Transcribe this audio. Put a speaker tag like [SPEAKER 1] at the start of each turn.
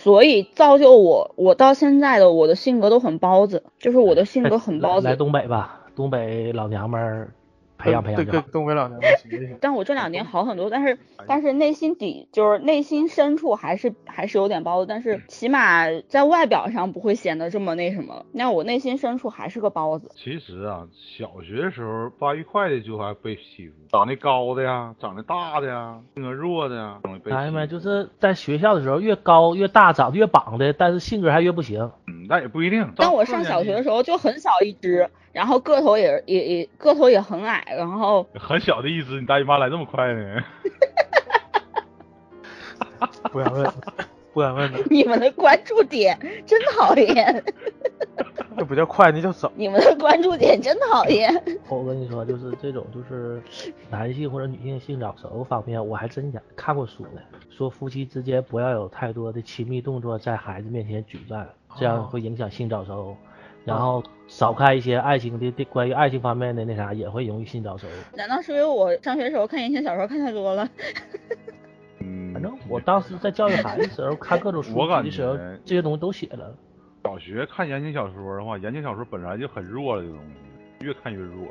[SPEAKER 1] 所以造就我，我到现在的我的性格都很包子，就是我的性格很包
[SPEAKER 2] 哎来
[SPEAKER 1] 子。
[SPEAKER 2] 东北吧，东北老娘们儿培养培养
[SPEAKER 3] 呃对
[SPEAKER 2] 就
[SPEAKER 3] 对
[SPEAKER 2] 好，。
[SPEAKER 3] 东北老娘们行行行。
[SPEAKER 1] 但我这两年好很多，但是但是内心底就是内心深处还是还是有点包子，但是起码在外表上不会显得这么那什么了。那我内心深处还是个包子，
[SPEAKER 4] 其实啊，小学的时候发育快的就还被欺负，长得高的呀，长得大的呀，性格弱的呀，容易被欺负。
[SPEAKER 2] 哎呀妈，就是在学校的时候越高越大长得越膀的，但是性格还越不行。
[SPEAKER 4] 嗯，那也不一定。
[SPEAKER 1] 但我上小学的时候就很小一只，然后个头也也也个头也很矮，然后
[SPEAKER 4] 候，很小的一只，你大姨妈来这么快呢？
[SPEAKER 3] 不敢问，不敢问的，
[SPEAKER 1] 你们的关注点真讨厌，
[SPEAKER 3] 那不叫快，那叫早。
[SPEAKER 1] 你们的关注点真讨厌。
[SPEAKER 2] 我跟你说，就是这种就是男性或者女性性早熟方面，我还真讲看过书呢，说夫妻之间不要有太多的亲密动作在孩子面前举办，这样
[SPEAKER 3] 哦
[SPEAKER 2] 会影响性早熟。然后少看一些爱情的的关于爱情方面的那啥，也会容易性早熟。
[SPEAKER 1] 难道是因为我上学的时候看言情小说看太多了？
[SPEAKER 4] 嗯，
[SPEAKER 2] 反正我当时在教育孩子的时候，看各种书
[SPEAKER 4] 我
[SPEAKER 2] 籍
[SPEAKER 4] 感
[SPEAKER 2] 的时候
[SPEAKER 4] 觉，
[SPEAKER 2] 这些东西都写了。
[SPEAKER 4] 小学看言情小说的话，言情小说本来就很弱了，这东西越看越弱。